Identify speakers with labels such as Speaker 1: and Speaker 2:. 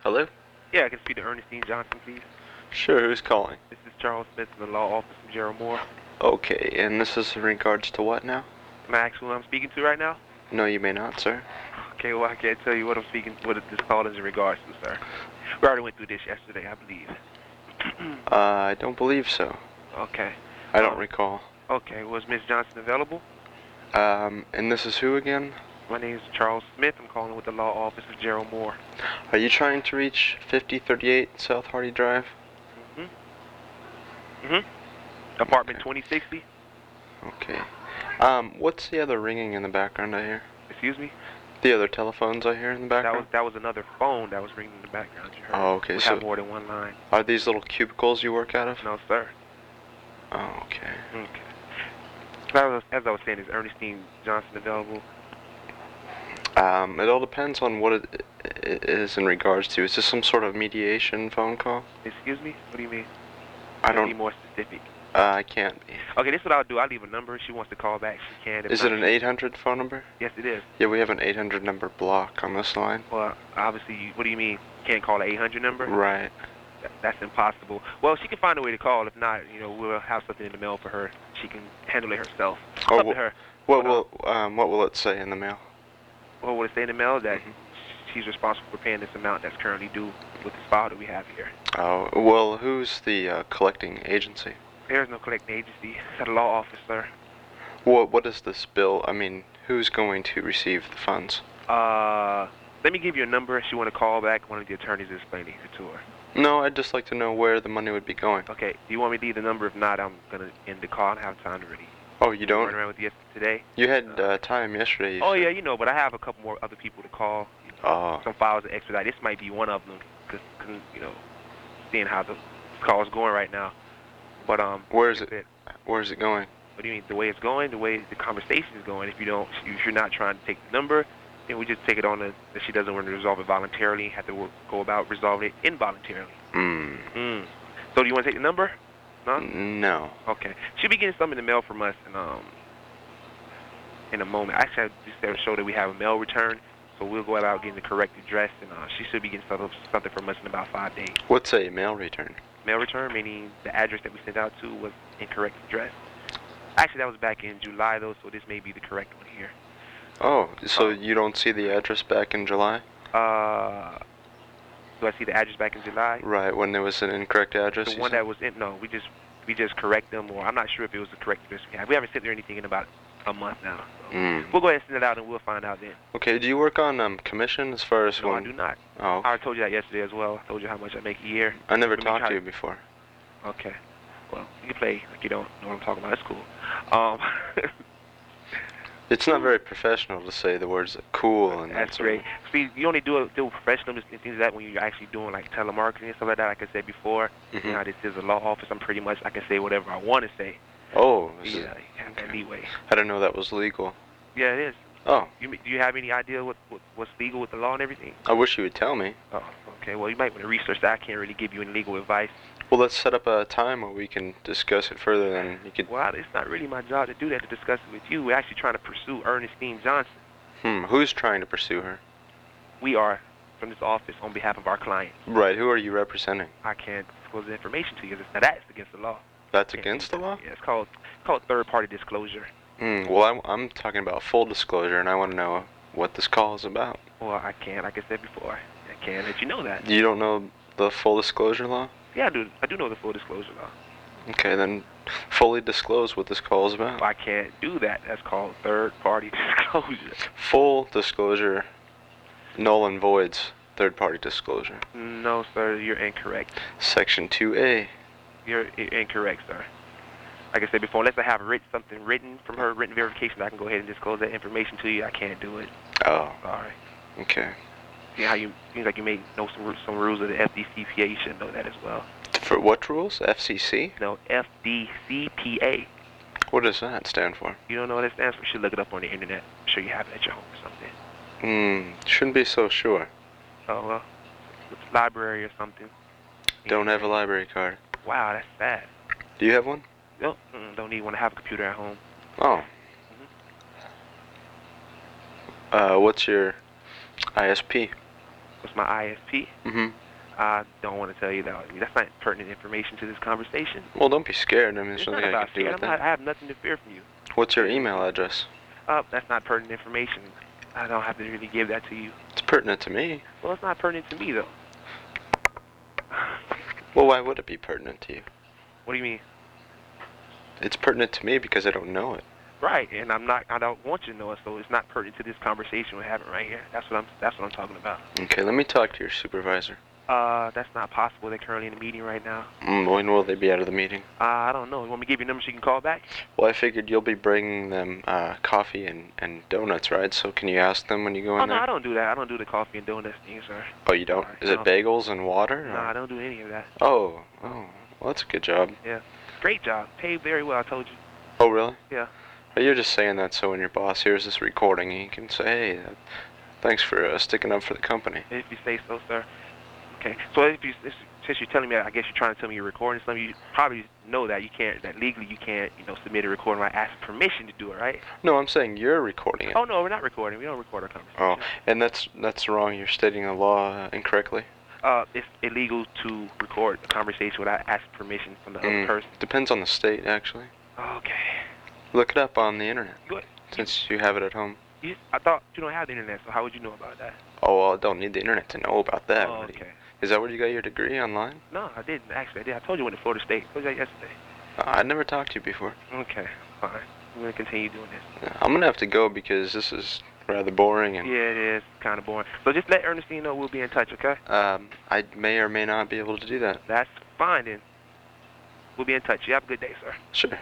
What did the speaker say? Speaker 1: Hello?
Speaker 2: Yeah, I can speak to Ernestine Johnson, please.
Speaker 1: Sure, who's calling?
Speaker 2: This is Charles Smith from the law office of Gerald Moore.
Speaker 1: Okay, and this is in regards to what now?
Speaker 2: Can I ask who I'm speaking to right now?
Speaker 1: No, you may not, sir.
Speaker 2: Okay, well, I can't tell you what I'm speaking, what this call is in regards to, sir. We already went through this yesterday, I believe.
Speaker 1: Uh, I don't believe so.
Speaker 2: okay.
Speaker 1: I don't
Speaker 2: Oh.
Speaker 1: recall.
Speaker 2: Okay, was Miss Johnson available?
Speaker 1: Um, and this is who again?
Speaker 2: My name is Charles Smith. I'm calling with the law office of Gerald Moore.
Speaker 1: Are you trying to reach 5038 South Hardy Drive?
Speaker 2: Mm-hmm. Mm-hmm. Apartment 2060.
Speaker 1: Okay. Um, what's the other ringing in the background I hear?
Speaker 2: Excuse me.
Speaker 1: The other telephones I hear in the
Speaker 2: That was
Speaker 1: background?
Speaker 2: that was another phone that was ringing in the background. You heard.
Speaker 1: Oh, okay,
Speaker 2: We
Speaker 1: so-
Speaker 2: have more than one line.
Speaker 1: Are these little cubicles you work out of?
Speaker 2: No, sir.
Speaker 1: Oh, okay.
Speaker 2: Okay. As I, was, as I was saying, is Ernestine Johnson available?
Speaker 1: Um, it all depends on what it i- i- is in regards to. Is this some sort of mediation phone call?
Speaker 2: Excuse me. What do you mean?
Speaker 1: I
Speaker 2: Be
Speaker 1: don't.
Speaker 2: more specific.
Speaker 1: Uh, I can't be.
Speaker 2: Okay, this is what I'll do. I'll leave a number. If She wants to call back. She can. If
Speaker 1: Is
Speaker 2: not,
Speaker 1: it an 800 phone number?
Speaker 2: Yes, it is.
Speaker 1: Yeah, we have an 800 number block on this line.
Speaker 2: Well, obviously, you, what do you mean? Can't call an 800 number?
Speaker 1: Right.
Speaker 2: Th- That's impossible. Well, she can find a way to call. If not, you know, we'll have something in the mail for her. She can handle it herself.
Speaker 1: Oh,
Speaker 2: Up to
Speaker 1: well-
Speaker 2: her.
Speaker 1: What will um, what will it say in the mail?
Speaker 2: Well, would it say in the mail that
Speaker 1: Mhm.
Speaker 2: she's responsible for paying this amount that's currently due with this file that we have here?
Speaker 1: Oh, well, who's the uh, collecting agency?
Speaker 2: There is no collecting agency. It's at a law office, sir.
Speaker 1: What what is this bill? I mean, who's going to receive the funds?
Speaker 2: Uh, let me give you a number if you want to call back. One of the attorneys is explaining it to her.
Speaker 1: No, I'd just like to know where the money would be going.
Speaker 2: Okay, do you want me to leave the number? If not, I'm going to end the call. I don't have time to really
Speaker 1: Oh, you
Speaker 2: run
Speaker 1: don't?
Speaker 2: around with you today.
Speaker 1: You had uh, time yesterday. you
Speaker 2: Oh,
Speaker 1: said.
Speaker 2: yeah, you know, but I have a couple more other people to call.
Speaker 1: Oh,
Speaker 2: some files to expedite. This might be one of them, cause, 'cause, you know, seeing how the call is going right now. But um,
Speaker 1: where is
Speaker 2: like
Speaker 1: it?
Speaker 2: I said,
Speaker 1: Where is it going?
Speaker 2: What do you mean? The way it's going, the way the conversation is going. If you don't, if you're not trying to take the number, then we just take it on as that she doesn't want to resolve it voluntarily. Have to work, go about resolving it involuntarily.
Speaker 1: Mm.
Speaker 2: Mm. So do you want to take the number? No.
Speaker 1: No.
Speaker 2: Okay. She'll be getting something in the mail from us in um in a moment. Actually, I just had to show that we have a mail return, so we'll go about getting the correct address, and uh, she should be getting some- something from us in about five days.
Speaker 1: What's a mail return?
Speaker 2: Mail return meaning the address that we sent out to was incorrect address. Actually, that was back in July though, so this may be the correct one here.
Speaker 1: Oh, so
Speaker 2: Um,
Speaker 1: you don't see the address back in July?
Speaker 2: Uh, do I see the address back in July?
Speaker 1: Right, when there was an incorrect address.
Speaker 2: The
Speaker 1: you
Speaker 2: one
Speaker 1: said?
Speaker 2: that was in no, we just we just correct them, or I'm not sure if it was the correct address we have. We haven't sent her anything in about a month now. So.
Speaker 1: Mm.
Speaker 2: We'll go ahead and send it out, and we'll find out then.
Speaker 1: Okay, do you work on um, commission as far as
Speaker 2: No, I
Speaker 1: when?
Speaker 2: do not.
Speaker 1: Oh,
Speaker 2: I already told you that yesterday as well. I told you how much I make a year.
Speaker 1: I never
Speaker 2: let me
Speaker 1: talked
Speaker 2: try-
Speaker 1: to you before.
Speaker 2: Okay. Well, you can play like you don't know what I'm talking about. That's cool. Um,
Speaker 1: It's not very professional to say the words cool and that
Speaker 2: that's
Speaker 1: sort of-
Speaker 2: great. See, you only do it do professional and things like that when you're actually doing like telemarketing and stuff like that. Like I said before,
Speaker 1: Mhm.
Speaker 2: you know, this is a law office. I'm pretty much I can say whatever I want to say.
Speaker 1: Oh, is
Speaker 2: Yeah,
Speaker 1: it-
Speaker 2: you have that
Speaker 1: okay.
Speaker 2: leeway.
Speaker 1: I didn't know that was legal.
Speaker 2: Yeah, it is.
Speaker 1: Oh,
Speaker 2: You m- do you have any idea what, what what's legal with the law and everything?
Speaker 1: I wish you would tell me.
Speaker 2: Oh, okay. Well, you might want to research that. I can't really give you any legal advice.
Speaker 1: Well, let's set up a time where we can discuss it further. Then you could.
Speaker 2: Well, it's not really my job to do that to discuss it with you. We're actually trying to pursue Ernestine Johnson.
Speaker 1: Hmm. Who's trying to pursue her?
Speaker 2: We are from this office on behalf of our client.
Speaker 1: Right. Who are you representing?
Speaker 2: I can't disclose the information to you. Now that's against the law.
Speaker 1: That's
Speaker 2: Can't do
Speaker 1: against the
Speaker 2: that.
Speaker 1: law.
Speaker 2: Yeah, it's called it's called third party disclosure.
Speaker 1: Hmm. Well, I'm, I'm talking about full disclosure, and I want to know what this call is about.
Speaker 2: Well, I can't. Like I said before, I can't let you know that.
Speaker 1: You don't know the full disclosure law?
Speaker 2: Yeah, I do. I do know the full disclosure law.
Speaker 1: Okay, then fully disclose what this call is about.
Speaker 2: But I can't do that. That's called third party disclosure.
Speaker 1: Full disclosure null and voids third party disclosure.
Speaker 2: No, sir, you're incorrect.
Speaker 1: Section 2A.
Speaker 2: You're i- incorrect, sir. Like I said before, unless I have writ something written from her, written verification, I can go ahead and disclose that information to you. I can't do it.
Speaker 1: Oh,
Speaker 2: Sorry.
Speaker 1: okay.
Speaker 2: See how you seems like you may know some ru- some rules of the FDCPA. You should know that as well.
Speaker 1: For what rules? FCC?
Speaker 2: No, FDCPA.
Speaker 1: What does that stand for?
Speaker 2: You don't know what it stands for? You should look it up on the internet. I'm sure you have it at your home or something.
Speaker 1: Hmm, shouldn't be so sure.
Speaker 2: Oh well, it's library or something.
Speaker 1: Don't have a library card.
Speaker 2: Wow, that's sad.
Speaker 1: Do you have one?
Speaker 2: Nope, mm, don't even want to have a computer at home.
Speaker 1: Oh. Uh, what's your ISP?
Speaker 2: What's my ISP?
Speaker 1: Mm-hmm.
Speaker 2: I don't want to tell you that. I mean, that's not pertinent information to this conversation.
Speaker 1: Well, don't be scared. I mean, there's
Speaker 2: it's not
Speaker 1: nothing I
Speaker 2: about
Speaker 1: can do
Speaker 2: fear. I'm
Speaker 1: with
Speaker 2: not,
Speaker 1: that.
Speaker 2: I have nothing to fear from you.
Speaker 1: What's your email address?
Speaker 2: Uh, that's not pertinent information. I don't have to really give that to you.
Speaker 1: It's pertinent to me.
Speaker 2: Well, it's not pertinent to me, though.
Speaker 1: Well, why would it be pertinent to you?
Speaker 2: What do you mean?
Speaker 1: It's pertinent to me because I don't know it.
Speaker 2: Right, and I'm not. I don't want you to know it, so it's not pertinent to this conversation we're having right here. That's what I'm. That's what I'm talking about.
Speaker 1: Okay, let me talk to your supervisor.
Speaker 2: Uh, that's not possible. They're currently in a meeting right now.
Speaker 1: Mm, when will they be out of the meeting?
Speaker 2: Uh, I don't know. You want me to give you a number so you can call back?
Speaker 1: Well, I figured you'll be bringing them uh, coffee and, and donuts, right? So can you ask them when you go
Speaker 2: Oh
Speaker 1: in
Speaker 2: no,
Speaker 1: there?
Speaker 2: I don't do that. I don't do the coffee and donuts thing, sir.
Speaker 1: Oh, you don't?
Speaker 2: Sorry,
Speaker 1: Is it
Speaker 2: no.
Speaker 1: bagels and water?
Speaker 2: No,
Speaker 1: or-
Speaker 2: I don't do any of that.
Speaker 1: Oh, oh, well, that's a good job.
Speaker 2: Great job. Paid very well. I told you.
Speaker 1: Oh, really?
Speaker 2: Yeah.
Speaker 1: Well, you're just saying that so when your boss hears this recording, he can say, "Hey, uh, thanks for uh, sticking up for the company."
Speaker 2: If you say so, sir. Okay. So if you if- since you're telling me, I guess you're trying to tell me you're recording something. You probably know that you can't. That legally you can't. You know, submit a recording. I ask permission to do it, right?
Speaker 1: No, I'm saying you're recording it,
Speaker 2: Oh no, we're not recording. We don't record our conversation.
Speaker 1: Oh. and that's that's wrong. You're stating the law uh, incorrectly.
Speaker 2: Uh, it's illegal to record a conversation without asking permission from the
Speaker 1: Mm.
Speaker 2: other person.
Speaker 1: Depends on the state, actually.
Speaker 2: Okay.
Speaker 1: Look it up on the internet,
Speaker 2: Good.
Speaker 1: since you have it at home.
Speaker 2: You, I thought you don't have the internet, so how would you know about that?
Speaker 1: Oh, well, I don't need the internet to know about that.
Speaker 2: oh,
Speaker 1: What do you-
Speaker 2: okay.
Speaker 1: Is that where you got your degree online?
Speaker 2: No, I didn't actually. I did. I told you I went to Florida State. I told you that yesterday.
Speaker 1: Uh, I never talked to you before.
Speaker 2: Okay, fine. I'm gonna continue doing this.
Speaker 1: Uh, I'm gonna have to go because this is rather boring, and
Speaker 2: Yeah, it is kind of boring. So just let Ernestine know we'll be in touch, okay?
Speaker 1: um, I may or may not be able to do that.
Speaker 2: That's fine then. We'll be in touch. You have a good day, sir.
Speaker 1: Sure.